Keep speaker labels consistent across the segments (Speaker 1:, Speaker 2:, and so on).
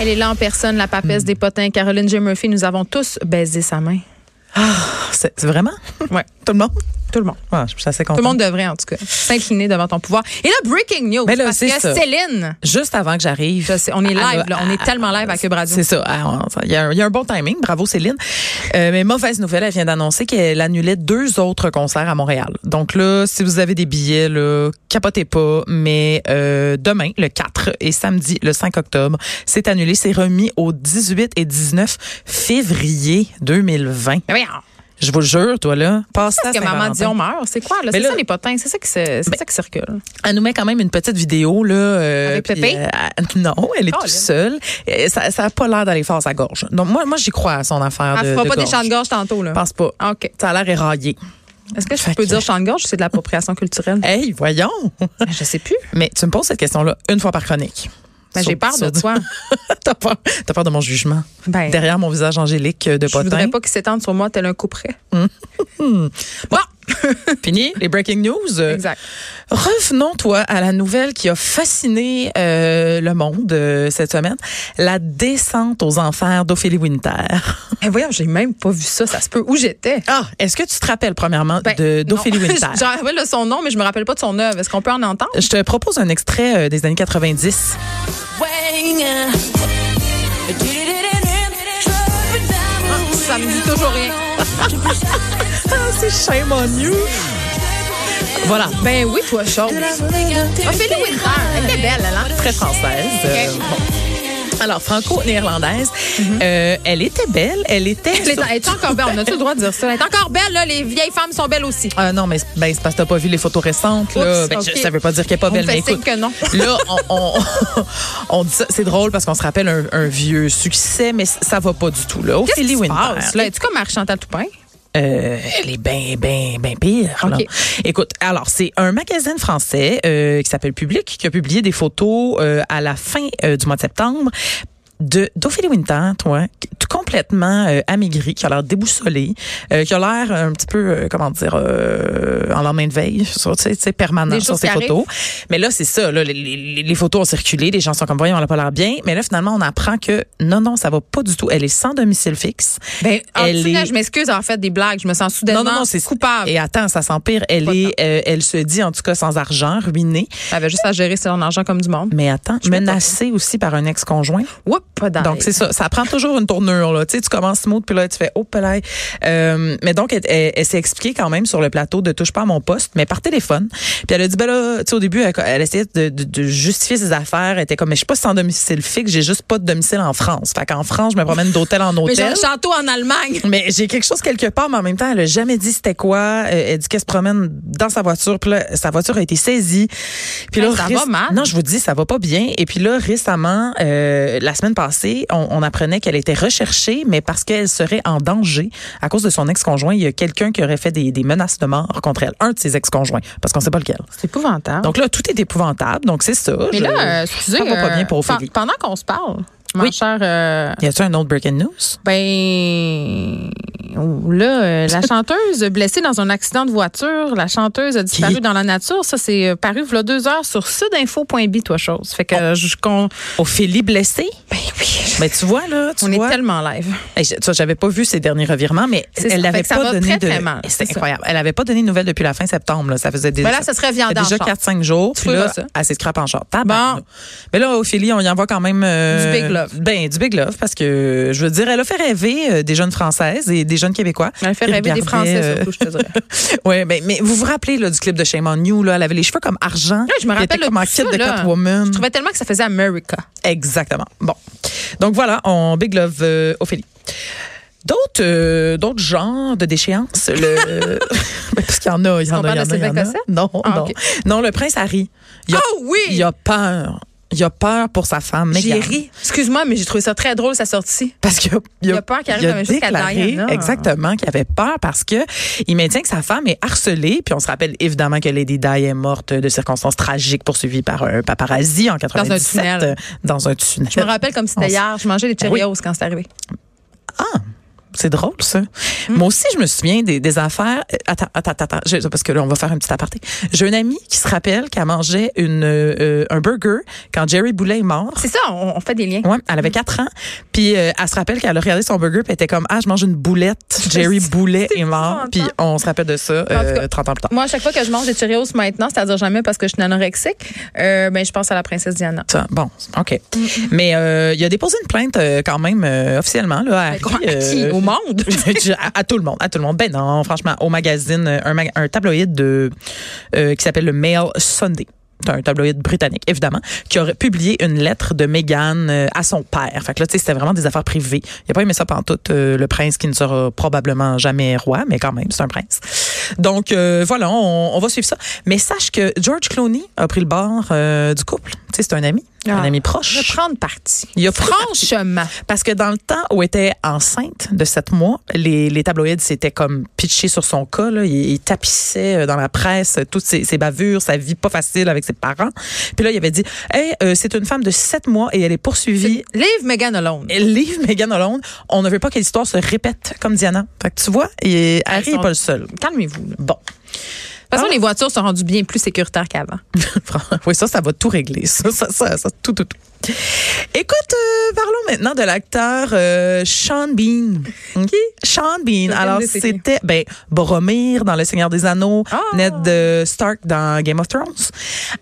Speaker 1: Elle est là en personne, la
Speaker 2: Hmm.
Speaker 1: papesse des potins. Caroline J. Murphy, nous avons tous baisé sa main.
Speaker 2: C'est c'est vraiment?
Speaker 1: Ouais.
Speaker 2: Tout le monde?
Speaker 1: Tout le monde.
Speaker 2: Ouais, je suis assez
Speaker 1: Tout
Speaker 2: contente.
Speaker 1: le monde devrait, en tout cas, s'incliner devant ton pouvoir. Et là, breaking news,
Speaker 2: Mais là,
Speaker 1: parce
Speaker 2: c'est
Speaker 1: que
Speaker 2: ça.
Speaker 1: Céline,
Speaker 2: Juste avant que j'arrive.
Speaker 1: je sais, on est
Speaker 2: Elle a-
Speaker 1: live, là, on est
Speaker 2: elle-
Speaker 1: tellement live à Cube Radio.
Speaker 2: C'est ça. Ah, on- ça- Il y, a un- il y a un bon timing. Bravo, Céline. Euh, mais mauvaise nouvelle, elle vient d'annoncer qu'elle annulait deux autres concerts à Montréal. Donc là, si vous avez des billets, là, capotez pas. Mais euh, demain, le 4 et samedi, le 5 octobre, c'est annulé. C'est remis au 18 et 19 février 2020.
Speaker 1: Mais voyons,
Speaker 2: Je vous le jure, toi, là, passe ça
Speaker 1: parce Ben que maman Dion meurt, c'est quoi? là?
Speaker 2: Mais
Speaker 1: C'est
Speaker 2: là-
Speaker 1: ça les potins, c'est ça qui, se, c'est ça qui circule.
Speaker 2: Elle nous met quand même une petite vidéo là. euh,
Speaker 1: Avec
Speaker 2: puis,
Speaker 1: Pépé?
Speaker 2: euh, elle- non, elle est
Speaker 1: Oh,
Speaker 2: toute
Speaker 1: là.
Speaker 2: seule. Et ça, ça a pas l'air d'aller faire sa gorge. Donc moi, moi, j'y crois à son affaire
Speaker 1: Elle
Speaker 2: de,
Speaker 1: fera
Speaker 2: de
Speaker 1: Ah, pas
Speaker 2: gorge.
Speaker 1: des chants de gorge tantôt, là.
Speaker 2: Je pense pas.
Speaker 1: Ah, OK.
Speaker 2: Ça a l'air éraillé.
Speaker 1: Est-ce que je
Speaker 2: Fait
Speaker 1: peux
Speaker 2: que-
Speaker 1: dire chant de gorge ou c'est de l'appropriation culturelle?
Speaker 2: Hey, voyons.
Speaker 1: Je sais plus.
Speaker 2: Mais tu me poses cette question-là une fois par chronique.
Speaker 1: Mais
Speaker 2: Sur-
Speaker 1: Ben, j'ai peur de
Speaker 2: sur-
Speaker 1: toi.
Speaker 2: T'as peur, t'as peur de mon jugement.
Speaker 1: Ben,
Speaker 2: Derrière mon visage angélique euh, de
Speaker 1: je
Speaker 2: potin.
Speaker 1: voudrais pas qu'il s'étende sur moi tel un couperet.
Speaker 2: Fini les breaking news. Euh,
Speaker 1: Exact.
Speaker 2: Revenons, toi, à la nouvelle qui a fasciné euh, le monde euh, cette semaine. La descente aux enfers d'Ophélie Winter.
Speaker 1: Eh, voyons, j'ai même pas vu ça. Ça se peut. Où j'étais?
Speaker 2: Ah, est-ce que tu te rappelles premièrement
Speaker 1: Ben,
Speaker 2: de d'Ophélie
Speaker 1: non.
Speaker 2: Winter?
Speaker 1: Je me rappelle de son nom, mais je me rappelle pas de son œuvre. Est-ce qu'on peut en entendre?
Speaker 2: Je te propose un extrait euh, des années 90.
Speaker 1: Ah, Ça me dit toujours rien.
Speaker 2: Ah, c'est shame on you. Voilà,
Speaker 1: Ben oui, toi, chose. Ophélie Winter, elle était belle, elle, hein?
Speaker 2: très française. euh,
Speaker 1: Ok. Mm-hmm.
Speaker 2: bon. Alors, franco-néerlandaise, euh, elle était belle, elle était...
Speaker 1: Elle est- elle est encore belle, on a-tu le droit de dire ça? Elle est encore belle, là, les vieilles femmes sont belles aussi.
Speaker 2: Ah non, mais c'est- ben, c'est parce que t'as pas vu les photos récentes. Là.
Speaker 1: Oups,
Speaker 2: Ben, je-
Speaker 1: ok.
Speaker 2: ça veut pas dire qu'elle est pas
Speaker 1: On
Speaker 2: belle,
Speaker 1: me fait
Speaker 2: mais écoute,
Speaker 1: signe que non.
Speaker 2: là, on, on, on dit ça- c'est drôle parce qu'on se rappelle un, un vieux succès, mais c- ça va pas du tout. Là.
Speaker 1: Qu'est-ce
Speaker 2: Ophélie
Speaker 1: qui se
Speaker 2: Winter,
Speaker 1: passe? Là, es-tu comme Marie Chantal Toupin?
Speaker 2: Euh, elle est bien, bien, bien pire. là.
Speaker 1: Ok.
Speaker 2: Écoute, alors, c'est un magazine français euh, qui s'appelle Public qui a publié des photos euh, à la fin euh, du mois de septembre de d'Ophélie Winter, toi, qui- tout complètement euh, amaigrie, qui a l'air déboussolée, euh, qui a l'air un petit peu, euh, comment dire, euh, en lendemain de veille, sur, tu sais, tu sais, permanent
Speaker 1: Des
Speaker 2: sur
Speaker 1: choses
Speaker 2: ces
Speaker 1: qui
Speaker 2: photos. Mais là, c'est ça, là, les, les- les photos ont circulé, les gens sont comme, voyons, on n'a pas l'air bien. Mais là, finalement, on apprend que non, non, ça va pas du tout. Elle est sans domicile fixe.
Speaker 1: Ben, en
Speaker 2: Elle
Speaker 1: tout cas,
Speaker 2: est-
Speaker 1: je m'excuse en fait des blagues. Je me sens soudainement coupable.
Speaker 2: et attends, ça s'empire. Elle
Speaker 1: Ah Pas de
Speaker 2: est, euh, elle se dit en tout cas sans argent, ruinée.
Speaker 1: Elle avait juste à gérer son argent comme du monde.
Speaker 2: Mais attends,
Speaker 1: m'étonne.
Speaker 2: menacée aussi par un ex-conjoint.
Speaker 1: Oups, pas dans
Speaker 2: Donc c'est ça, ça prend toujours une tournure là. Tu sais, tu commences smooth puis là tu fais oh pelaye. Euh, mais donc elle, elle- elle s'est expliquée quand même sur le plateau de touche pas à mon poste, mais par téléphone. Puis elle a dit ben là, tu sais au début elle, elle essayait de, de- de justifier ses affaires, elle était comme mais je suis pas sans domicile fixe, j'ai juste pas de domicile en France. Fait qu'en France, je me promène d'hôtel en
Speaker 1: Mais
Speaker 2: hôtel.
Speaker 1: j'ai un château en Allemagne.
Speaker 2: Mais j'ai quelque chose quelque part, mais en même temps, elle a jamais dit c'était quoi. Euh, elle dit qu'elle se promène dans sa voiture. Puis là, sa voiture a été saisie. Puis
Speaker 1: Hey, ça va mal.
Speaker 2: Non, je vous dis, ça va pas bien. Et puis là, récemment, euh, la semaine passée, on, on apprenait qu'elle était recherchée, mais parce qu'elle serait en danger à cause de son ex-conjoint. Il y a quelqu'un qui aurait fait des, des menaces de mort contre elle, un de ses ex-conjoints, parce qu'on sait pas lequel.
Speaker 1: C'est épouvantable.
Speaker 2: Donc là, tout est épouvantable. Donc c'est ça.
Speaker 1: Ah. mais
Speaker 2: Je-
Speaker 1: là, euh, excusez,
Speaker 2: ça va pas
Speaker 1: euh,
Speaker 2: bien pour
Speaker 1: pen-
Speaker 2: Ophélie.
Speaker 1: Pendant qu'on se parle, ma
Speaker 2: Oui.
Speaker 1: chère, euh,
Speaker 2: Y a-t-il un autre breaking news?
Speaker 1: ben là, euh, la chanteuse blessée dans un accident de voiture, la chanteuse a disparu
Speaker 2: Qui?
Speaker 1: dans la nature. Ça, c'est euh, paru voilà deux heures sur sudinfo.bi, toi chose. Fait que
Speaker 2: Oh.
Speaker 1: euh, je con-
Speaker 2: Ophélie blessée?
Speaker 1: ben oui.
Speaker 2: Mais tu vois, là, tu
Speaker 1: On
Speaker 2: vois.
Speaker 1: est tellement live.
Speaker 2: Hey, je- tu vois, j'avais pas vu ses derniers revirements, mais
Speaker 1: C'est ça.
Speaker 2: elle n'avait
Speaker 1: Fait que ça
Speaker 2: pas
Speaker 1: va
Speaker 2: donné
Speaker 1: très,
Speaker 2: de.
Speaker 1: très mal. C'est
Speaker 2: C'était
Speaker 1: ça.
Speaker 2: incroyable. Elle n'avait pas donné de nouvelles depuis la fin septembre. Là. Ça faisait des-
Speaker 1: Ben là, ça serait
Speaker 2: ça fait
Speaker 1: viandant.
Speaker 2: déjà
Speaker 1: Charles.
Speaker 2: 4-5 jours. Puis
Speaker 1: trouveras
Speaker 2: là,
Speaker 1: ça.
Speaker 2: elle s'écrape en short.
Speaker 1: Bon.
Speaker 2: Mais là, Ophélie, on y envoie quand même. euh,
Speaker 1: Du big love.
Speaker 2: Ben, du big love, parce que je veux dire, elle a fait rêver euh, des jeunes Françaises et des jeunes Québécois.
Speaker 1: Elle fait
Speaker 2: qui
Speaker 1: rêver des
Speaker 2: regardaient,
Speaker 1: Français,
Speaker 2: euh,
Speaker 1: surtout, je te dirais.
Speaker 2: ouais, ben, mais vous vous rappelez là, du clip de Shame on You? Là, elle avait les cheveux comme argent.
Speaker 1: Ouais, je me
Speaker 2: Elle était
Speaker 1: rappelle
Speaker 2: comme en
Speaker 1: tout ça,
Speaker 2: kit de
Speaker 1: là.
Speaker 2: Catwoman.
Speaker 1: Je trouvais tellement que ça faisait America.
Speaker 2: Exactement. Bon. Donc voilà, on big love euh, Ophélie. D'autres euh, d'autres genres de déchéance le Ben, parce qu'il y en a, il y en
Speaker 1: qu'on
Speaker 2: a, il
Speaker 1: parle
Speaker 2: y en
Speaker 1: de
Speaker 2: a, il y en
Speaker 1: Sylvain
Speaker 2: a.
Speaker 1: Cossette?
Speaker 2: Non,
Speaker 1: Ah,
Speaker 2: non.
Speaker 1: ok.
Speaker 2: Non, le prince Harry. Il a,
Speaker 1: Oh oui!
Speaker 2: il a peur Il a peur pour sa femme,
Speaker 1: J'ai
Speaker 2: Meghan.
Speaker 1: ri. Excuse-moi, mais j'ai trouvé ça très drôle, sa sortie.
Speaker 2: Parce qu'il a, il
Speaker 1: Il a peur qu'il arrive
Speaker 2: il a
Speaker 1: la même chose qu'à
Speaker 2: déclaré
Speaker 1: Diana.
Speaker 2: exactement qu'il avait peur parce que il maintient que sa femme est harcelée. Puis on se rappelle évidemment que Lady Di est morte de circonstances tragiques poursuivie par un paparazzi en 97.
Speaker 1: tunnel.
Speaker 2: Dans un tunnel.
Speaker 1: Je me rappelle comme si
Speaker 2: Ben, On s- Ben
Speaker 1: c'était hier. Je mangeais des Cheerios quand c'est arrivé.
Speaker 2: C'est drôle, ça.
Speaker 1: Hmm.
Speaker 2: Moi aussi, je me souviens des, des affaires. Euh, Attends, attends, attends. attends. Je- parce que là, on va faire un petit aparté. J'ai une amie qui se rappelle qu'elle mangeait une, euh, euh, un burger quand Jerry Boulet est mort.
Speaker 1: C'est ça, on, on fait des liens.
Speaker 2: Ouais, elle avait quatre ans. Puis euh, elle se rappelle qu'elle a regardé son burger puis elle était comme ah je mange une boulette. Jerry Boulet est mort. Puis on se rappelle de ça
Speaker 1: En tout
Speaker 2: euh,
Speaker 1: cas,
Speaker 2: 30 ans plus tard.
Speaker 1: Moi, à chaque fois que je mange des Cheerios maintenant, c'est-à-dire jamais parce que je suis anorexique, euh, ben, je pense à la princesse Diana.
Speaker 2: Ça, Bon, ok.
Speaker 1: Hmm,
Speaker 2: Mais euh, il a déposé une plainte euh, quand même euh, officiellement là à, Harry,
Speaker 1: Quoi? À qui?
Speaker 2: euh,
Speaker 1: Au monde?
Speaker 2: à, à tout le monde, à tout le monde. Ben non, franchement, au magazine, euh, un, mag- un tabloïd de, euh, qui s'appelle le Mail Sunday. C'est un tabloïd britannique, évidemment, qui aurait publié une lettre de Meghan euh, à son père. Fait que là, tu sais, c'était vraiment des affaires privées. Il a pas aimé ça pantoute, euh, le prince qui ne sera probablement jamais roi, mais quand même, c'est un prince. Donc, euh, voilà, on, on va suivre ça. Mais sache que George Clooney a pris le bord euh, du couple. Tu sais, c'est un ami, un
Speaker 1: Ah.
Speaker 2: ami
Speaker 1: Je vais
Speaker 2: proche.
Speaker 1: prendre parti.
Speaker 2: Il a pris parti.
Speaker 1: Franchement.
Speaker 2: Parce que dans le temps où elle était enceinte de sept mois, les, les tabloïds s'étaient comme pitchés sur son cas. Là. Ils, ils tapissaient euh, dans la presse euh, toutes ses, ses bavures, sa vie pas facile avec ses parents. Puis là, il avait dit Hey, euh, c'est une femme de sept mois et elle est poursuivie.
Speaker 1: Leave Megan alone.
Speaker 2: Et Leave Megan alone. On ne veut pas que l'histoire se répète comme Diana. Fait que tu vois, et Harry
Speaker 1: ils
Speaker 2: n'est
Speaker 1: sont-
Speaker 2: pas le seul.
Speaker 1: Calmez-vous. là.
Speaker 2: Bon.
Speaker 1: De
Speaker 2: Ah.
Speaker 1: toute façon, les voitures sont rendues bien plus sécuritaires qu'avant.
Speaker 2: oui, ça, ça va tout régler. Ça, ça, ça, ça, tout, tout, tout. Écoute, euh, parlons maintenant de l'acteur euh, Sean Bean. Qui? Sean Bean.
Speaker 1: Aucune
Speaker 2: Alors,
Speaker 1: idée, c'est qui.
Speaker 2: c'était ben, Boromir dans Le Seigneur des Anneaux,
Speaker 1: Ah!
Speaker 2: Ned euh, Stark dans Game of Thrones.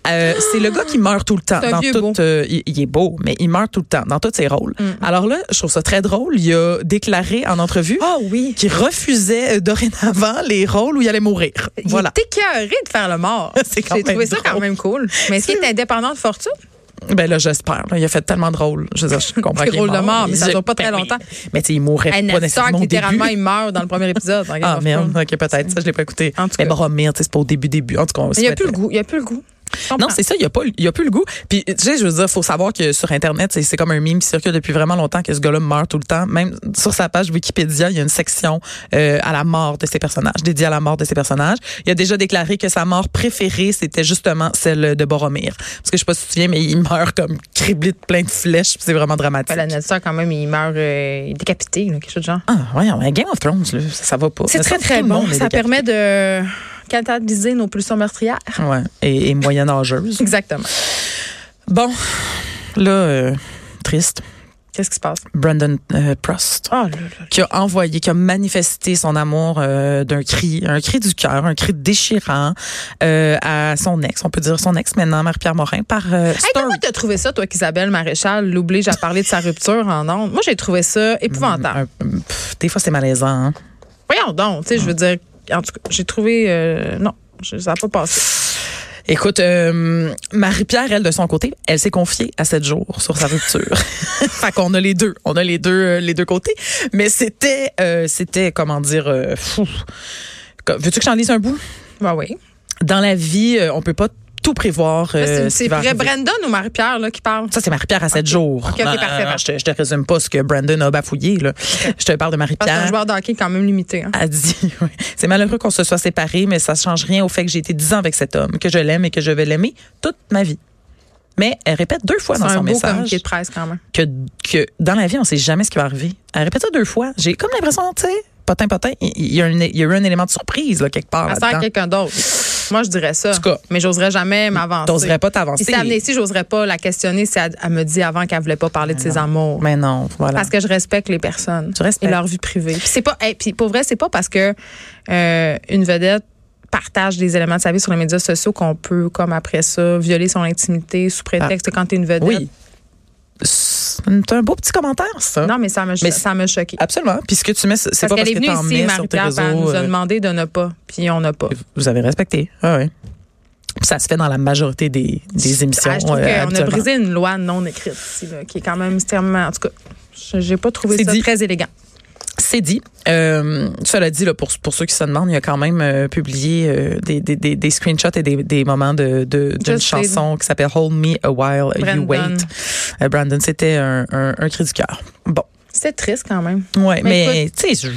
Speaker 2: Euh, c'est le gars qui meurt tout le temps.
Speaker 1: C'est un
Speaker 2: dans
Speaker 1: vieux
Speaker 2: tout,
Speaker 1: beau. Mm.
Speaker 2: euh, il, il est beau, mais il meurt tout le temps dans tous ses rôles. Alors là, je trouve ça très drôle. Il a déclaré en entrevue
Speaker 1: Ah oui.
Speaker 2: qu'il refusait euh, dorénavant les rôles où il allait mourir. Voilà.
Speaker 1: Voilà. Il est écœuré de faire le mort.
Speaker 2: C'est quand
Speaker 1: J'ai
Speaker 2: même
Speaker 1: trouvé ça
Speaker 2: drôle.
Speaker 1: quand même cool. Mais est-ce qu'il est indépendant de fortune?
Speaker 2: Ben là, j'espère. là. Il a fait tellement de rôles. Je, veux dire, je comprends
Speaker 1: Des
Speaker 2: qu'il est
Speaker 1: rôles de mort, mais ça
Speaker 2: je-
Speaker 1: dure pas très
Speaker 2: ben oui.
Speaker 1: longtemps.
Speaker 2: Mais tu sais, il mourrait pas
Speaker 1: Anna Stark,
Speaker 2: nécessairement au
Speaker 1: littéralement,
Speaker 2: début.
Speaker 1: il meurt dans le premier épisode. dans Game
Speaker 2: Ah
Speaker 1: of
Speaker 2: merde,
Speaker 1: Thrones.
Speaker 2: ok, peut-être. Ça, je l'ai pas écouté.
Speaker 1: En tout
Speaker 2: mais
Speaker 1: cas.
Speaker 2: Boromir, tu sais, c'est pas au début, début. En tout cas, on se
Speaker 1: Il n'y a
Speaker 2: fait-
Speaker 1: plus le goût. Il n'y a plus le goût. Je comprends.
Speaker 2: Non, c'est ça, il n'y a, pas- il y a plus le goût. Puis, tu sais, je veux dire, faut savoir que sur Internet, c'est- c'est comme un mime qui circule depuis vraiment longtemps que ce gars-là meurt tout le temps. Même sur sa page Wikipédia, il y a une section euh, à la mort de ses personnages, dédiée à la mort de ses personnages. Il a déjà déclaré que sa mort préférée, c'était justement celle de Boromir. Parce que je sais pas si tu te souviens, mais il meurt comme criblé de plein de flèches. puis C'est vraiment dramatique.
Speaker 1: Ben, Anna Stark, quand même, il meurt euh, décapité, là, quelque chose de genre.
Speaker 2: Ah, voyons, un Game of Thrones, là, ça, ça va pas.
Speaker 1: C'est
Speaker 2: Mais
Speaker 1: très,
Speaker 2: ça,
Speaker 1: très
Speaker 2: tout le
Speaker 1: bon.
Speaker 2: monde est
Speaker 1: Ça permet de catalyser nos pulsions meurtrières.
Speaker 2: décapité. Ouais, et, et moyen-âgeuse.
Speaker 1: Exactement.
Speaker 2: bon, là, euh, triste.
Speaker 1: Qu'est-ce qui se passe?
Speaker 2: Brandon euh, Prost,
Speaker 1: Oh là là.
Speaker 2: qui a envoyé, qui a manifesté son amour euh, d'un cri, un cri du cœur, un cri déchirant euh, à son ex, on peut dire son ex maintenant, Marie-Pierre Morin, par euh,
Speaker 1: Hey,
Speaker 2: Story.
Speaker 1: comment t'as trouvé ça, toi, qu'Isabelle Maréchal l'oblige à parler de sa rupture en ondes? Moi, j'ai trouvé ça épouvantable.
Speaker 2: Un- pff, des fois, c'est malaisant. hein.
Speaker 1: Voyons donc, tu sais, je veux dire, en tout cas, j'ai trouvé. euh, non, je- ça n'a pas passé.
Speaker 2: Écoute, euh, Marie-Pierre, elle, de son côté, elle s'est confiée à 7 jours sur sa rupture. fait qu'on a les deux. On a les deux, euh, les deux côtés. Mais c'était, euh, c'était, comment dire, euh, fou. Co- Veux-tu que j'en lise un bout?
Speaker 1: Ben oui.
Speaker 2: Dans la vie, euh, on peut pas tout prévoir.
Speaker 1: Là,
Speaker 2: euh,
Speaker 1: c'est-
Speaker 2: ce
Speaker 1: C'est
Speaker 2: qui va
Speaker 1: vrai
Speaker 2: arriver.
Speaker 1: Brandon ou Marie-Pierre là, qui parle?
Speaker 2: Ça, c'est Marie-Pierre à 7 jours.
Speaker 1: ok, parfait, parfait.
Speaker 2: je, te, je te résume pas ce que Brandon a bafouillé. Là. Je te parle de
Speaker 1: Parce qu'un
Speaker 2: Marie-Pierre.
Speaker 1: joueur d'hockey quand même limité. hein.
Speaker 2: a dit oui. c'est malheureux qu'on se soit séparés mais ça change rien au fait que j'ai été 10 ans avec cet homme que je l'aime et que je vais l'aimer toute ma vie mais elle répète deux fois
Speaker 1: C'est
Speaker 2: Ah, dans
Speaker 1: un
Speaker 2: son
Speaker 1: beau
Speaker 2: message
Speaker 1: communiqué de presse quand même.
Speaker 2: que, que dans la vie on sait jamais ce qui va arriver elle répète ça deux fois j'ai comme l'impression tu sais potin potin il il y, a un- il y a eu un élément de surprise là, quelque part
Speaker 1: À sert à
Speaker 2: là-dedans.
Speaker 1: quelqu'un d'autre. Moi, je dirais ça.
Speaker 2: Ah, En tout cas.
Speaker 1: mais j'oserais jamais m'avancer.
Speaker 2: t'oserais pas
Speaker 1: Si
Speaker 2: t'avancer
Speaker 1: c'était Amnesty, j'oserais pas la questionner si elle, elle me dit avant qu'elle voulait pas parler de ses amours.
Speaker 2: mais Ah non voilà
Speaker 1: Parce que je respecte les personnes
Speaker 2: Tu
Speaker 1: et
Speaker 2: respectes.
Speaker 1: leur vie privée. Puis c'est pas, hey, puis pour vrai, c'est pas parce que euh, une vedette partage des éléments de sa vie sur les médias sociaux qu'on peut, comme après ça, violer son intimité sous prétexte que quand t'es une vedette.
Speaker 2: Ah. oui c'est un beau petit commentaire ça
Speaker 1: Non, mais ça me,
Speaker 2: Mais
Speaker 1: ça me choqué.
Speaker 2: absolument puis ce que tu mets c'est pas
Speaker 1: Parce
Speaker 2: parce
Speaker 1: qu'elle est
Speaker 2: que
Speaker 1: venue
Speaker 2: t'en
Speaker 1: ici,
Speaker 2: mets sur tes
Speaker 1: Marie-Pierre, puis elle
Speaker 2: réseaux
Speaker 1: nous a
Speaker 2: euh,
Speaker 1: demandé de ne pas, puis on n'a pas.
Speaker 2: Vous avez respecté. Ah oui. Ça se fait dans la majorité des, des émissions.
Speaker 1: Ah, je trouve
Speaker 2: euh,
Speaker 1: qu'on a
Speaker 2: habituellement.
Speaker 1: brisé une loi non écrite ici, là, qui est quand même extrêmement. En tout cas, je- j'ai pas trouvé
Speaker 2: C'est
Speaker 1: ça
Speaker 2: dit.
Speaker 1: très élégant.
Speaker 2: C'est dit. Euh, cela dit, là, pour, pour ceux qui se demandent, il a quand même euh, publié euh, des, des, des, des screenshots et des, des moments de, de, d'une
Speaker 1: Justin.
Speaker 2: chanson qui s'appelle Hold Me a While You
Speaker 1: Brandon.
Speaker 2: Wait. Euh, Brandon, c'était un, un, un cri du cœur. Bon,
Speaker 1: C'était triste quand même.
Speaker 2: ouais,
Speaker 1: Mais
Speaker 2: mais tu sais, je-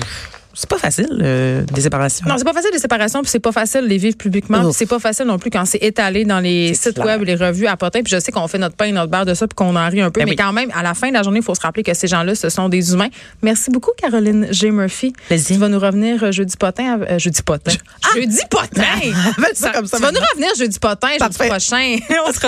Speaker 2: c'est pas facile, euh, des séparations.
Speaker 1: Non, c'est pas facile les séparations, puis c'est pas facile de les vivre publiquement, puis
Speaker 2: Ouf.
Speaker 1: c'est pas facile non plus quand c'est étalé dans les
Speaker 2: C'est
Speaker 1: sites
Speaker 2: clair.
Speaker 1: web, les revues à potin, puis je sais qu'on fait notre pain et notre beurre de ça, puis qu'on en rit un peu,
Speaker 2: Ben
Speaker 1: mais
Speaker 2: oui.
Speaker 1: quand même, à la fin de la journée, il faut se rappeler que ces gens-là, ce sont des humains. Merci beaucoup, Caroline G. Murphy.
Speaker 2: Plaisir.
Speaker 1: Tu vas nous revenir euh, jeudi potin. à- euh, jeudi potin. jeudi potin!
Speaker 2: Ah! Appelle ça comme ça
Speaker 1: tu vas nous
Speaker 2: maintenant.
Speaker 1: revenir jeudi potin, jeudi
Speaker 2: Parfait.
Speaker 1: prochain. On se retrouve.